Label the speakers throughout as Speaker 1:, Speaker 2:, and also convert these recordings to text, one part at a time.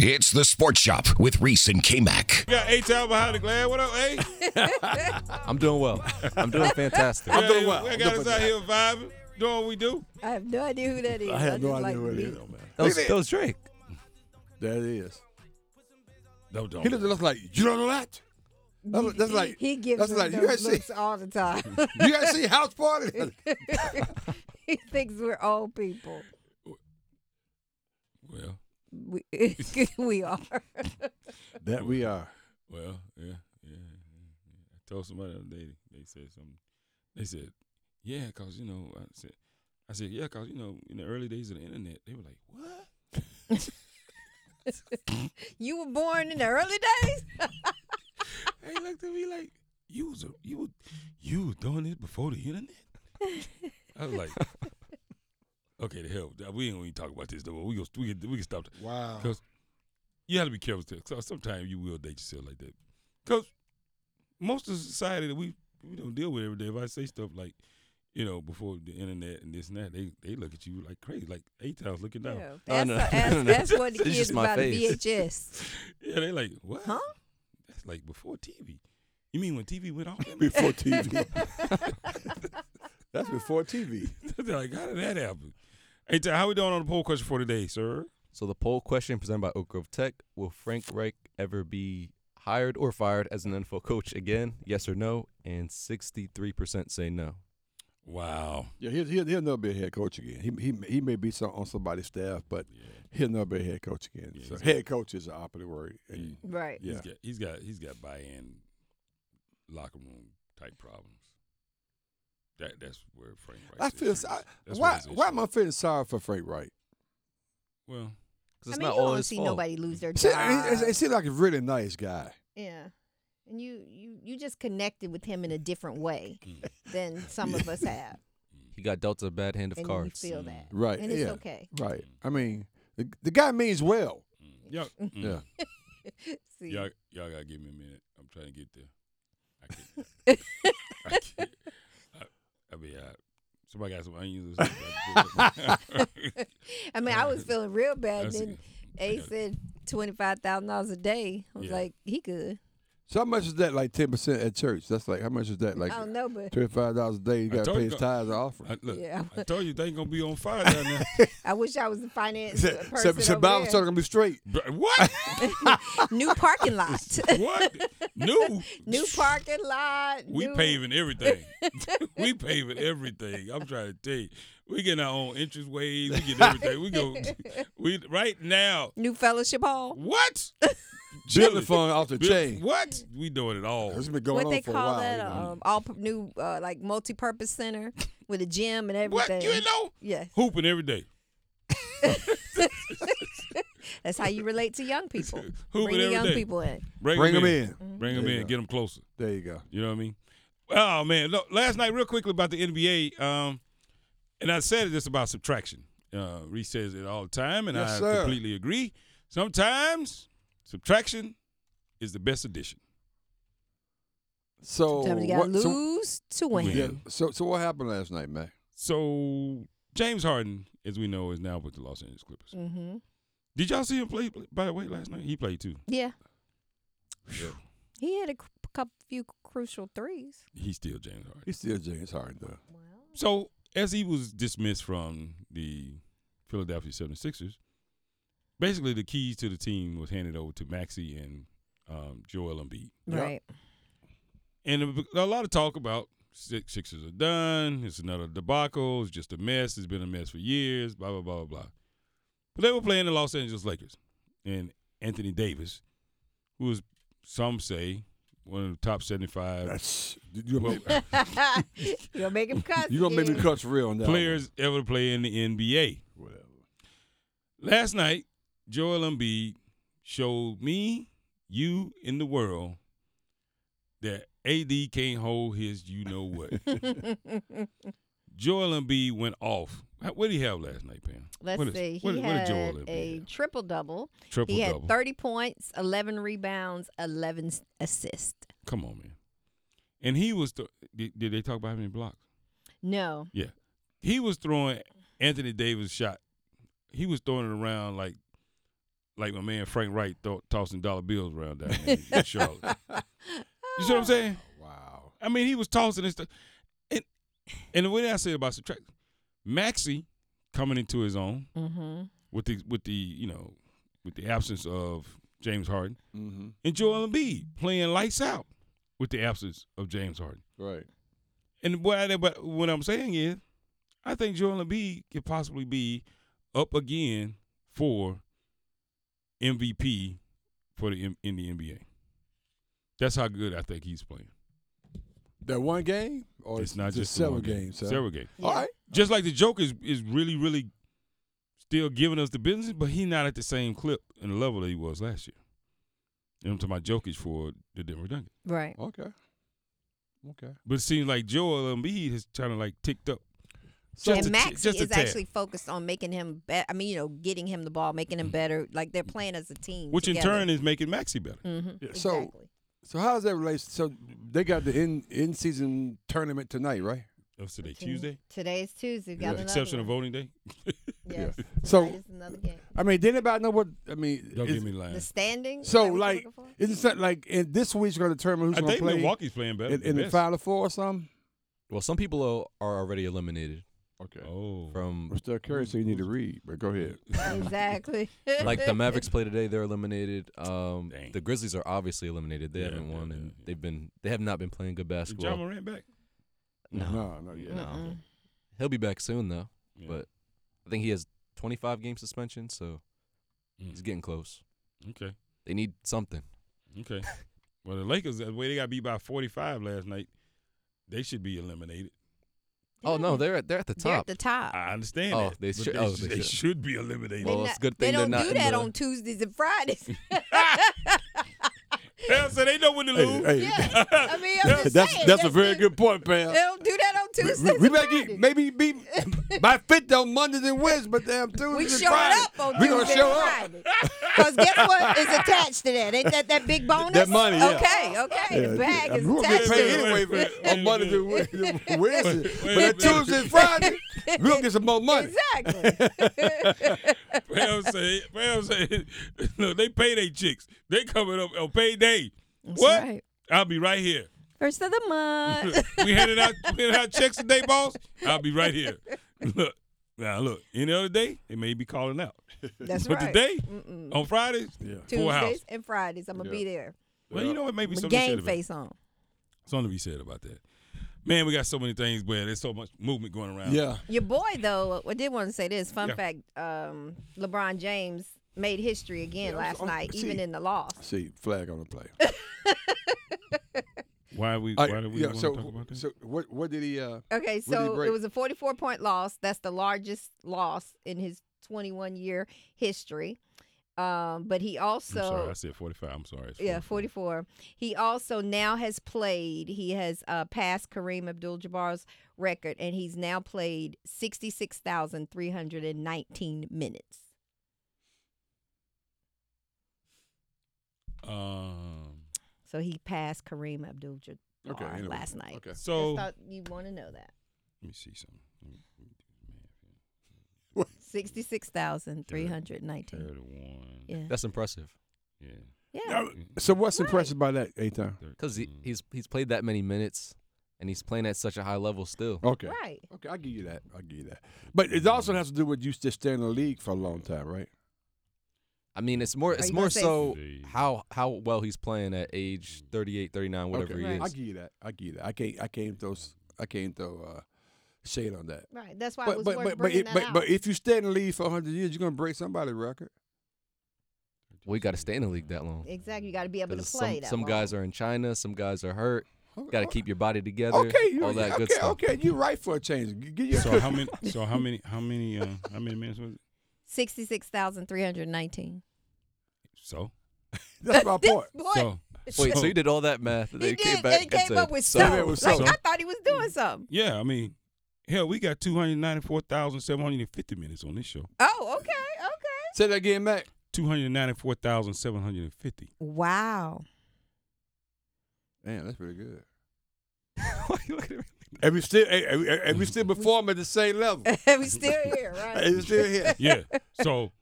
Speaker 1: It's the Sports Shop with Reese and K Mac.
Speaker 2: We got eight out behind the glass. What up, A?
Speaker 3: I'm doing well. I'm doing fantastic.
Speaker 2: I'm doing well. We got us out here vibing, doing what we do.
Speaker 4: I have no idea who that is.
Speaker 5: I have
Speaker 4: just
Speaker 5: no
Speaker 4: like
Speaker 5: idea
Speaker 4: the
Speaker 5: who it is.
Speaker 4: music.
Speaker 3: That was, that was Drake.
Speaker 5: That is.
Speaker 2: No, don't.
Speaker 5: He doesn't look like you don't know that. That's, that's like
Speaker 4: He gives
Speaker 5: that's
Speaker 4: us
Speaker 5: like you guys
Speaker 4: those
Speaker 5: see
Speaker 4: looks all the time.
Speaker 5: you guys see house party.
Speaker 4: he thinks we're old people.
Speaker 2: Well,
Speaker 4: We, we are.
Speaker 5: that we are.
Speaker 2: well, yeah, yeah, yeah. yeah. I told somebody the other day. They said something. They said, "Yeah, cause you know." I said, "I said, yeah, cause you know." In the early days of the internet, they were like, "What?"
Speaker 4: You were born in the early days?
Speaker 2: They looked at me like, "You was a, you was, you was doing this before the internet." I was like, "Okay, the hell, we ain't gonna even talk about this though. We go, we can, we can stop.
Speaker 5: Wow.
Speaker 2: Cause you got to be careful too. Cause sometimes you will date yourself like that. Cause most of society that we we don't deal with every day. If I say stuff like, you know, before the internet and this and that, they they look at you like crazy, like eight times looking down. Yeah,
Speaker 4: Yeah. That's,
Speaker 3: no.
Speaker 4: that's, that's what the
Speaker 3: It's
Speaker 4: kids
Speaker 3: just my
Speaker 4: about the
Speaker 3: face.
Speaker 4: VHS.
Speaker 2: they like what?
Speaker 4: Huh?
Speaker 2: That's like before TV. You mean when TV went off?
Speaker 5: Before TV. That's before TV.
Speaker 2: They're like, how did that happen? Hey, Ty, how we doing on the poll question for today, sir?
Speaker 3: So the poll question presented by Oak Grove Tech: Will Frank Reich ever be hired or fired as an NFL coach again? Yes or no? And 63% say no.
Speaker 2: Wow.
Speaker 5: Yeah, he'll, he'll, he'll never be a head coach again. He he, he may be some, on somebody's staff, but he'll never be a head coach again.
Speaker 2: Yeah,
Speaker 5: so
Speaker 2: he's-
Speaker 5: head coach is an operative word. And
Speaker 4: Right.
Speaker 2: He's
Speaker 5: Yeah.
Speaker 2: got he's got he's got buy-in locker room type problems. That that's where Frank Wright's
Speaker 5: I feel
Speaker 2: issue
Speaker 5: I,
Speaker 2: is. That's where
Speaker 5: why
Speaker 2: his issue
Speaker 5: why am I
Speaker 2: is.
Speaker 5: feeling sorry for Frank Wright?
Speaker 2: Well,
Speaker 3: 'Cause it's
Speaker 4: I mean,
Speaker 3: not
Speaker 4: you
Speaker 3: all
Speaker 4: don't
Speaker 3: his
Speaker 4: see
Speaker 3: fault.
Speaker 4: nobody lose their
Speaker 5: He seemed-
Speaker 4: job.
Speaker 5: he- he seemed like a really nice guy.
Speaker 4: yeah. And you, you, you just connected with him in a different way
Speaker 3: Mm.
Speaker 4: than some of us have.
Speaker 3: He got dealt a bad hand of Mm.
Speaker 4: And you
Speaker 3: cards.
Speaker 4: feel that.
Speaker 5: Right.
Speaker 4: And it's
Speaker 5: yeah.
Speaker 4: okay.
Speaker 5: Right.
Speaker 2: Mm.
Speaker 5: I mean, the, the guy means well.
Speaker 2: yeah, mm,
Speaker 5: Yeah.
Speaker 4: See,
Speaker 2: y'all y'all gotta give me a minute. I'm trying to get there. I can't. I, can't. I, I mean, I, somebody got some onions. Or something.
Speaker 4: I mean, I was feeling real bad.
Speaker 2: That's
Speaker 4: and then
Speaker 2: a- I
Speaker 4: A
Speaker 2: got it.
Speaker 4: said $25,000 a day. I was
Speaker 2: Yeah.
Speaker 4: like, he could.
Speaker 5: So how much is that? Like ten percent at church. That's like how much is that? Like
Speaker 4: I don't know, but
Speaker 5: twenty five dollars a day. You
Speaker 2: I
Speaker 5: got to
Speaker 2: told
Speaker 5: pay
Speaker 2: you
Speaker 5: his
Speaker 2: go-
Speaker 5: tithes and offering.
Speaker 2: I, look,
Speaker 4: Yeah.
Speaker 2: I told you they ain't gonna be on fire down there.
Speaker 4: I wish I was a finance
Speaker 5: So,
Speaker 4: person.
Speaker 5: so, so
Speaker 4: over
Speaker 5: Bible
Speaker 4: there.
Speaker 5: study gonna be straight.
Speaker 2: But what?
Speaker 4: New parking lot.
Speaker 2: what? New?
Speaker 4: New parking lot.
Speaker 2: We
Speaker 4: new-
Speaker 2: paving everything. we paving everything. I'm trying to tell you, we getting our own entrance ways. We get everything. We go. We right now.
Speaker 4: New fellowship hall.
Speaker 2: What?
Speaker 5: Building fund off the
Speaker 2: Bill-
Speaker 5: chain.
Speaker 2: What? We doing it all.
Speaker 5: It's been going
Speaker 4: what
Speaker 5: on
Speaker 4: they
Speaker 5: for
Speaker 4: call
Speaker 5: a while.
Speaker 4: that?
Speaker 5: you know.
Speaker 4: Um, all pu- new uh, like multi-purpose center with a gym and
Speaker 2: What?
Speaker 4: everything.
Speaker 2: You ain't know?
Speaker 4: Yes,
Speaker 2: Hooping every day.
Speaker 4: that's how you relate to young people.
Speaker 2: Who
Speaker 4: Bring
Speaker 2: with
Speaker 4: the young
Speaker 2: everything?
Speaker 4: people in.
Speaker 2: Bring,
Speaker 5: Bring
Speaker 2: 'em
Speaker 5: them in.
Speaker 4: Mm-hmm.
Speaker 2: Bring them
Speaker 5: There
Speaker 2: in.
Speaker 5: you go.
Speaker 2: Get them closer.
Speaker 5: There you go.
Speaker 2: You know what I mean? Oh man! Look, last night, real quickly about the NBA, um, and I said this about subtraction. Uh, Reese says it all the time, and
Speaker 5: Yes,
Speaker 2: I
Speaker 5: sir.
Speaker 2: completely agree. Sometimes subtraction is the best addition.
Speaker 5: So
Speaker 4: Sometimes you gotta
Speaker 5: Oh, what, so-
Speaker 4: lose to win.
Speaker 5: yeah, so so what happened last night, man?
Speaker 2: So James Harden, as we know, is now with the Los Angeles Clippers.
Speaker 4: Mm-hmm.
Speaker 2: Did y'all see him play? By the way, last night he played too.
Speaker 4: Yeah, he had a cou- couple few crucial threes.
Speaker 2: He's still James Harden.
Speaker 5: He's still James Harden though.
Speaker 4: Wow.
Speaker 2: So as he was dismissed from the Philadelphia 76ers, basically the keys to the team was handed over to Maxi and um, Joel Embiid.
Speaker 5: Yeah.
Speaker 4: Right.
Speaker 2: And a lot of talk about Six Sixers are done. It's another debacle. It's just a mess. It's been a mess for years. Blah blah blah blah. blah. But they were playing the Los Angeles Lakers, and Anthony Davis, who is some say one of the top seventy-five
Speaker 5: That's you gonna,
Speaker 2: Well,
Speaker 5: make,
Speaker 4: You'll make him cuss.
Speaker 5: you gonna make me
Speaker 4: again.
Speaker 5: cuss real now.
Speaker 2: players ever to play in the NBA.
Speaker 5: Whatever.
Speaker 2: Last night, Joel Embiid showed me, you, in the world that AD can't hold his you know what. Joel Embiid went off. How- What did he have last night, Pam?
Speaker 4: Let's
Speaker 2: What is-
Speaker 4: see. He
Speaker 2: what- what did
Speaker 4: had
Speaker 2: Joel Embiid
Speaker 4: a
Speaker 2: have?
Speaker 4: triple double.
Speaker 2: Triple
Speaker 4: He
Speaker 2: double.
Speaker 4: had 30 points, 11 rebounds, 11 s- assists.
Speaker 2: Come on, man. And he was. Th- did, did they talk about how many blocks?
Speaker 4: No.
Speaker 2: Yeah, he was throwing Anthony Davis shot. He was throwing it around like like my man Frank Wright th- tossing dollar bills around down there in Charlotte. You see what I'm saying?
Speaker 5: Wow.
Speaker 2: I mean, he was tossing and stuff. And and the way I say about subtract, Maxie coming into his own
Speaker 4: Mm-hmm.
Speaker 2: with the with the you know with the absence of James Harden
Speaker 5: Mm-hmm.
Speaker 2: and Joel Embiid playing lights out with the absence of James Harden.
Speaker 5: Mm-hmm. Right.
Speaker 2: And what I, but what I'm saying is, I think Joel Embiid could possibly be up again for MVP for the M- in the NBA. That's how good I think he's playing.
Speaker 5: That one game, or
Speaker 2: it's not just the
Speaker 5: several
Speaker 2: one game.
Speaker 5: games. sir?
Speaker 2: Several games.
Speaker 5: All right.
Speaker 2: Just like the Joker is, is really, really still giving us the business, but he's not at the same clip and the level that he was last year. And I'm talking about Jokic for the Denver Nuggets.
Speaker 4: Right.
Speaker 5: Okay. Okay.
Speaker 2: But it seems like Joel Embiid is kind of like ticked up. Just a
Speaker 5: So-
Speaker 4: and
Speaker 2: t-
Speaker 4: Maxie
Speaker 2: just a
Speaker 4: is
Speaker 2: tad.
Speaker 4: actually focused on making him better. I mean, you know, getting him the ball, making him better. Like they're playing as a team.
Speaker 2: Which in turn is making Maxi better.
Speaker 4: hmm
Speaker 5: Yeah, so-
Speaker 4: exactly.
Speaker 5: So how does that relate? So they got the in in season tournament tonight, right?
Speaker 2: That's today,
Speaker 4: Okay.
Speaker 2: Tuesday.
Speaker 4: Today is Tuesday. Got
Speaker 5: Yeah.
Speaker 2: With
Speaker 4: another
Speaker 2: the exception
Speaker 4: one.
Speaker 2: of voting day.
Speaker 4: Yes.
Speaker 5: So
Speaker 4: Tonight is another game.
Speaker 5: I mean, did anybody know what I mean?
Speaker 2: Don't
Speaker 5: is-
Speaker 2: give me the
Speaker 4: The
Speaker 2: line.
Speaker 4: standing. is that
Speaker 5: So,
Speaker 4: what you're
Speaker 5: like,
Speaker 4: looking for?
Speaker 5: Isn't that like and this week's going to determine who's
Speaker 2: I
Speaker 5: going to
Speaker 2: think
Speaker 5: play
Speaker 2: Milwaukee's playing better.
Speaker 5: in,
Speaker 2: than
Speaker 5: in the
Speaker 2: best.
Speaker 5: final four or something?
Speaker 3: Well, some people are are already eliminated
Speaker 5: Okay.
Speaker 2: Oh.
Speaker 3: from
Speaker 5: I'm still curious, so you need to read. But go ahead.
Speaker 4: exactly.
Speaker 3: like the Mavericks play today, they're eliminated. Um,
Speaker 2: Dang.
Speaker 3: the Grizzlies are obviously eliminated. They
Speaker 2: Yeah,
Speaker 3: haven't
Speaker 2: yeah,
Speaker 3: won,
Speaker 2: yeah,
Speaker 3: and
Speaker 2: yeah.
Speaker 3: they've been they have not been playing good
Speaker 2: Is John
Speaker 3: basketball.
Speaker 2: Moran back?
Speaker 3: No,
Speaker 5: No, no, yeah.
Speaker 3: No.
Speaker 4: Mm-mm.
Speaker 3: he'll be back soon though.
Speaker 2: Yeah.
Speaker 3: But I think he has 25 game suspension, so he's getting close.
Speaker 2: Okay.
Speaker 3: They need something.
Speaker 2: Okay. well, the Lakers, the way they got beat by 45 last night, they should be eliminated.
Speaker 3: Oh no,
Speaker 4: Yeah.
Speaker 3: they're at, they're at the
Speaker 4: They're at
Speaker 3: top.
Speaker 4: the top.
Speaker 2: I understand
Speaker 3: Oh,
Speaker 2: that,
Speaker 3: they
Speaker 2: but
Speaker 3: should- oh,
Speaker 2: sh-
Speaker 3: they should.
Speaker 2: should be eliminated.
Speaker 4: They're
Speaker 3: Well, it's a good
Speaker 4: they
Speaker 3: thing they're
Speaker 4: don't
Speaker 3: not
Speaker 4: do
Speaker 3: in
Speaker 4: that
Speaker 3: the-
Speaker 4: on Tuesdays and Fridays.
Speaker 2: Hell, so they know when to lose.
Speaker 5: Hey,
Speaker 4: yeah, I mean, I'm just
Speaker 5: that's
Speaker 4: saying,
Speaker 5: that's a very
Speaker 4: it.
Speaker 5: good point,
Speaker 4: They
Speaker 5: pal.
Speaker 4: don't do that on
Speaker 5: We-
Speaker 4: Tuesdays.
Speaker 5: We, we
Speaker 4: and
Speaker 5: may get,
Speaker 4: Fridays.
Speaker 5: maybe be by fifth on Mondays and Wednesdays, but damn Tuesday.
Speaker 4: we
Speaker 5: and
Speaker 4: showing
Speaker 5: Friday,
Speaker 4: up on
Speaker 5: We
Speaker 4: Tuesday
Speaker 5: gonna
Speaker 4: and
Speaker 5: show up.
Speaker 4: Friday. Because guess what is attached to that? Ain't that that big bonus?
Speaker 5: That money, yeah.
Speaker 4: Okay, okay.
Speaker 5: Yeah,
Speaker 4: the bag
Speaker 5: yeah.
Speaker 4: is
Speaker 5: We won't
Speaker 4: attached
Speaker 5: get
Speaker 4: to
Speaker 5: paid
Speaker 4: it.
Speaker 5: anyway
Speaker 2: Wait,
Speaker 5: for-
Speaker 2: wait,
Speaker 5: on Monday
Speaker 2: wait,
Speaker 5: to Wednesday,
Speaker 2: wait,
Speaker 5: but
Speaker 2: wait,
Speaker 5: that
Speaker 2: wait.
Speaker 5: Tuesday and Friday, we'll get some more money.
Speaker 4: Exactly.
Speaker 2: Well, say, well, say, look, they pay their chicks. They coming up on payday. what?
Speaker 4: right.
Speaker 2: I'll be right here.
Speaker 4: First of the month.
Speaker 2: we handed out, we handed out checks today, boss. I'll be right here. Look, now look. Any other day, they may be calling out.
Speaker 4: That's
Speaker 2: but
Speaker 4: right.
Speaker 2: today,
Speaker 4: Mm-mm.
Speaker 2: on Fridays,
Speaker 5: Yeah.
Speaker 2: full house.
Speaker 4: Tuesdays and Fridays, I'm gonna
Speaker 5: Yeah.
Speaker 4: be there.
Speaker 2: well, you know what? Maybe
Speaker 4: With
Speaker 2: something to say
Speaker 4: Game
Speaker 2: about it.
Speaker 4: face on.
Speaker 2: Something to be said about that. Man, we got so many things, but there's so much movement going around.
Speaker 5: Yeah.
Speaker 4: Your boy, though, I did want to say this. Fun
Speaker 2: Yeah.
Speaker 4: fact: um, LeBron James made history again
Speaker 5: Yeah,
Speaker 4: last
Speaker 5: I'm-
Speaker 4: night,
Speaker 5: see-
Speaker 4: even in the loss.
Speaker 5: See, flag on the play.
Speaker 2: Why are we? Why
Speaker 5: All
Speaker 2: do
Speaker 5: right,
Speaker 2: we
Speaker 5: yeah,
Speaker 2: want to
Speaker 5: so,
Speaker 2: talk about that?
Speaker 5: so what? What did he? Uh,
Speaker 4: Okay,
Speaker 5: did he
Speaker 4: so it
Speaker 5: break?
Speaker 4: was a 44 point loss. That's the largest loss in his 21 year history. Um, but he also
Speaker 2: I'm sorry, I said 45. I'm sorry. it's
Speaker 4: Yeah, 44. He also now has played, he has uh, passed Kareem Abdul Jabbar's record, and he's now played 66,319 minutes.
Speaker 2: Um.
Speaker 4: So he passed Kareem Abdul Jabbar
Speaker 5: Okay, anyway.
Speaker 4: Oh, last night.
Speaker 5: okay.
Speaker 2: So let
Speaker 4: Just thought you want to know that.
Speaker 2: me see something. Let me- let me do the math here.
Speaker 4: 66,319.
Speaker 2: Thirty-one.
Speaker 4: Yeah.
Speaker 3: That's impressive
Speaker 2: Yeah.
Speaker 4: Yeah.
Speaker 5: So what's
Speaker 4: Right.
Speaker 5: impressive by that, Eitan?
Speaker 3: because he,
Speaker 2: Thirteen.
Speaker 3: he's he's played that many minutes and he's playing at such a high level still.
Speaker 5: Okay.
Speaker 4: Right.
Speaker 5: Okay, I give you that. I give you that. But it also has to do with you just staying in the league for a long time, right?
Speaker 3: I mean, it's more
Speaker 4: Are
Speaker 3: it's
Speaker 4: you gonna
Speaker 3: more
Speaker 4: say-
Speaker 3: so
Speaker 2: Indeed.
Speaker 3: how how well he's playing at age 38, 39, whatever
Speaker 5: okay.
Speaker 3: he
Speaker 4: Right.
Speaker 5: I
Speaker 3: is.
Speaker 5: give you that. I give you that. I can't. I can't throw. s- I can't throw uh, shade on that.
Speaker 4: Right. That's why it
Speaker 5: But
Speaker 4: was
Speaker 5: but
Speaker 4: worth
Speaker 5: but but,
Speaker 4: bringing
Speaker 5: it,
Speaker 4: that
Speaker 5: but
Speaker 4: out.
Speaker 5: but if you stay in the league for hundred years, you're gonna break somebody's record.
Speaker 3: We got to stay in the league that long.
Speaker 4: exactly. You got to be able to
Speaker 3: 'Cause
Speaker 4: play
Speaker 3: some,
Speaker 4: that
Speaker 3: some
Speaker 4: long.
Speaker 3: guys are in China, some guys are hurt.
Speaker 5: Oh,
Speaker 3: Got to
Speaker 5: oh,
Speaker 3: keep your body together.
Speaker 5: Okay, you,
Speaker 3: all that
Speaker 5: okay,
Speaker 3: good stuff.
Speaker 5: okay. You're right for a change. G- Give you
Speaker 2: So how many? So how many? How many? Uh, how many minutes was it?
Speaker 4: 66,319.
Speaker 2: So.
Speaker 5: that's my
Speaker 4: This
Speaker 5: point.
Speaker 4: boy-
Speaker 2: So.
Speaker 3: Wait, so you did all that math?
Speaker 4: He
Speaker 3: They
Speaker 4: did.
Speaker 3: came
Speaker 4: and
Speaker 3: back
Speaker 4: he
Speaker 3: and
Speaker 4: came
Speaker 3: said,
Speaker 4: up with
Speaker 3: so-
Speaker 4: something.
Speaker 5: Yeah, it was
Speaker 4: like
Speaker 5: so.
Speaker 4: I thought he was doing something.
Speaker 2: Yeah. I mean, hell, we got two hundred ninety-four thousand seven hundred and fifty minutes on this show.
Speaker 4: Oh, okay, okay.
Speaker 5: Say that again, Mac.
Speaker 2: Two hundred ninety-four thousand seven hundred and fifty.
Speaker 4: Wow.
Speaker 5: Man, that's pretty good.
Speaker 3: Why you looking at me?
Speaker 5: And we still and- and and we still perform at the same level.
Speaker 4: we still here, right?
Speaker 5: It's still here.
Speaker 2: Yeah. so.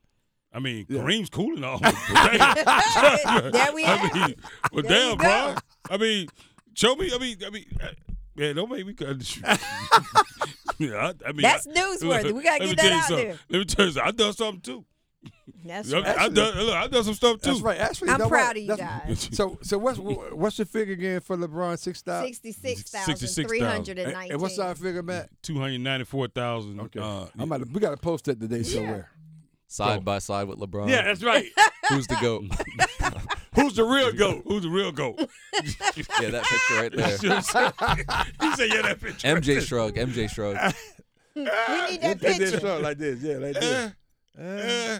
Speaker 2: I mean,
Speaker 5: Yeah.
Speaker 2: Kareem's cool and all. but damn.
Speaker 4: there we
Speaker 2: I
Speaker 4: have
Speaker 2: mean,
Speaker 4: it.
Speaker 2: but
Speaker 4: There
Speaker 2: damn,
Speaker 4: you go.
Speaker 2: bro. I mean, show me. I mean, I mean, uh, man, don't make me cut. yeah, I, I mean,
Speaker 4: That's
Speaker 2: I-
Speaker 4: newsworthy. We gotta
Speaker 2: let me
Speaker 4: get
Speaker 2: tell
Speaker 4: that
Speaker 2: you
Speaker 4: out
Speaker 2: something.
Speaker 4: there.
Speaker 2: Let me tell you something. I done something too.
Speaker 4: That's
Speaker 2: I,
Speaker 4: right.
Speaker 2: I done. Look, I done some stuff too.
Speaker 5: That's right. Actually,
Speaker 4: I'm
Speaker 5: no,
Speaker 4: proud
Speaker 5: wait,
Speaker 4: of you
Speaker 5: that's-
Speaker 4: guys.
Speaker 5: So, so what's what's the figure again for LeBron? Six thousand. And,
Speaker 4: 66,319.
Speaker 5: and what's our figure, Matt?
Speaker 2: Two hundred ninety-four thousand.
Speaker 5: Okay,
Speaker 2: Uh,
Speaker 5: I'm about to, we got to post that today somewhere.
Speaker 3: Side by side with LeBron.
Speaker 6: Yeah, that's right.
Speaker 3: Who's the goat?
Speaker 6: Who's the real goat?
Speaker 2: Who's the real goat?
Speaker 3: yeah, that picture right there.
Speaker 2: he said, "Yeah, that bitch."
Speaker 3: MJ shrug. MJ shrug.
Speaker 2: Ah,
Speaker 4: We need that
Speaker 5: Hit this
Speaker 4: picture.
Speaker 5: up like this, yeah, like
Speaker 2: Eh,
Speaker 5: this.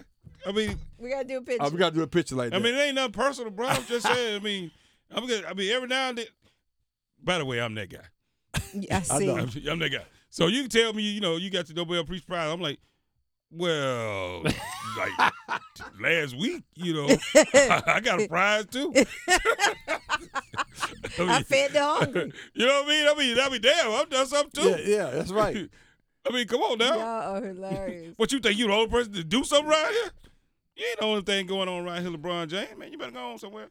Speaker 2: eh. I mean,
Speaker 4: We gotta do a picture.
Speaker 5: Oh, we got to do a picture like
Speaker 2: I
Speaker 5: that.
Speaker 2: mean, it ain't nothing personal, bro. I'm just saying. I mean, I'm good. I mean, every now and then. By the way, I'm that guy.
Speaker 4: I see.
Speaker 2: I'm, I'm that guy. So you can tell me, you know, you got the Nobel Peace Prize. I'm like, well, like last week, you know, I, got a prize too. I mean,
Speaker 4: I fed the hungry.
Speaker 2: you know what I mean? I mean, I mean, damn, I've done something too.
Speaker 5: yeah, yeah, that's right.
Speaker 2: I mean, come on now.
Speaker 4: Y'all are hilarious.
Speaker 2: What you think you the only person to do something right here? You ain't the only thing going on right here, LeBron James. Man, you better go on somewhere.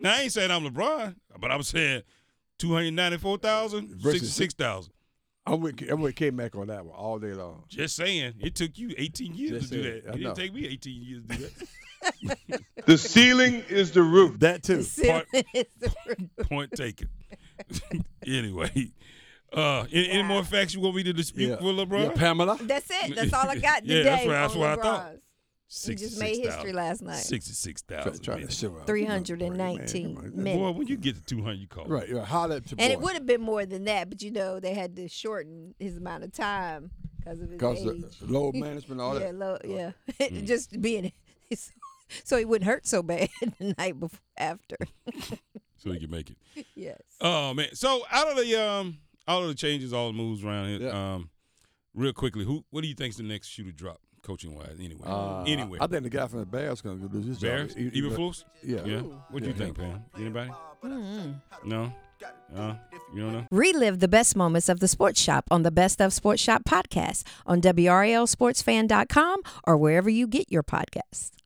Speaker 2: Now I ain't saying I'm LeBron, but I'm saying two hundred ninety-four thousand,
Speaker 5: Versus-
Speaker 2: sixty-six thousand.
Speaker 5: I'm with K- I'm with K Mac on that one all day long.
Speaker 2: Just saying, it took you eighteen years
Speaker 5: Just
Speaker 2: to do
Speaker 5: saying,
Speaker 2: that. It
Speaker 5: I know.
Speaker 2: didn't take me eighteen years to do
Speaker 7: The ceiling is the roof.
Speaker 5: That too.
Speaker 4: Silly.
Speaker 2: that. Point taken. anyway, uh, any, any more facts you want me to dispute
Speaker 5: Yeah.
Speaker 2: with LeBron?
Speaker 5: Yeah, Pamela.
Speaker 4: that's it. That's all I got today.
Speaker 2: Yeah, that's what- that's
Speaker 4: on
Speaker 2: what I thought.
Speaker 4: LeBron's. We just made
Speaker 2: 66,000.
Speaker 4: history last night.
Speaker 2: Sixty-six
Speaker 5: Try-
Speaker 2: thousand.
Speaker 5: try that shit out.
Speaker 4: 319
Speaker 5: Man, come on.
Speaker 4: minutes.
Speaker 2: Boy, when you get to two hundred, you call.
Speaker 5: Right, yeah. Holler at your
Speaker 4: And it
Speaker 5: boy.
Speaker 4: would have been more than that, but you know they had to shorten his amount of time because of his
Speaker 5: Cause
Speaker 4: age.
Speaker 5: the load management, all
Speaker 4: yeah,
Speaker 5: that.
Speaker 4: low, yeah.
Speaker 2: Mm.
Speaker 4: Just being so he wouldn't hurt so bad the night before after.
Speaker 2: So you can make it.
Speaker 4: Yes.
Speaker 2: Oh man! So out of the um, out of the changes, all the moves around here, um, real quickly, who what do you think's the next shoe to drop, coaching wise? Anyway,
Speaker 5: Uh,
Speaker 2: anyway,
Speaker 5: I think the guy from the Bears gonna go lose his
Speaker 2: Bears,
Speaker 5: job. E-
Speaker 2: Eberflus.
Speaker 5: Yeah.
Speaker 2: Yeah. What do you
Speaker 5: Yeah.
Speaker 2: think, Pam? Anybody? No. Uh, you don't know.
Speaker 4: Relive the best moments of the Sports Shop on the Best of Sports Shop podcast on WRLSportsFan.com or wherever you get your podcasts.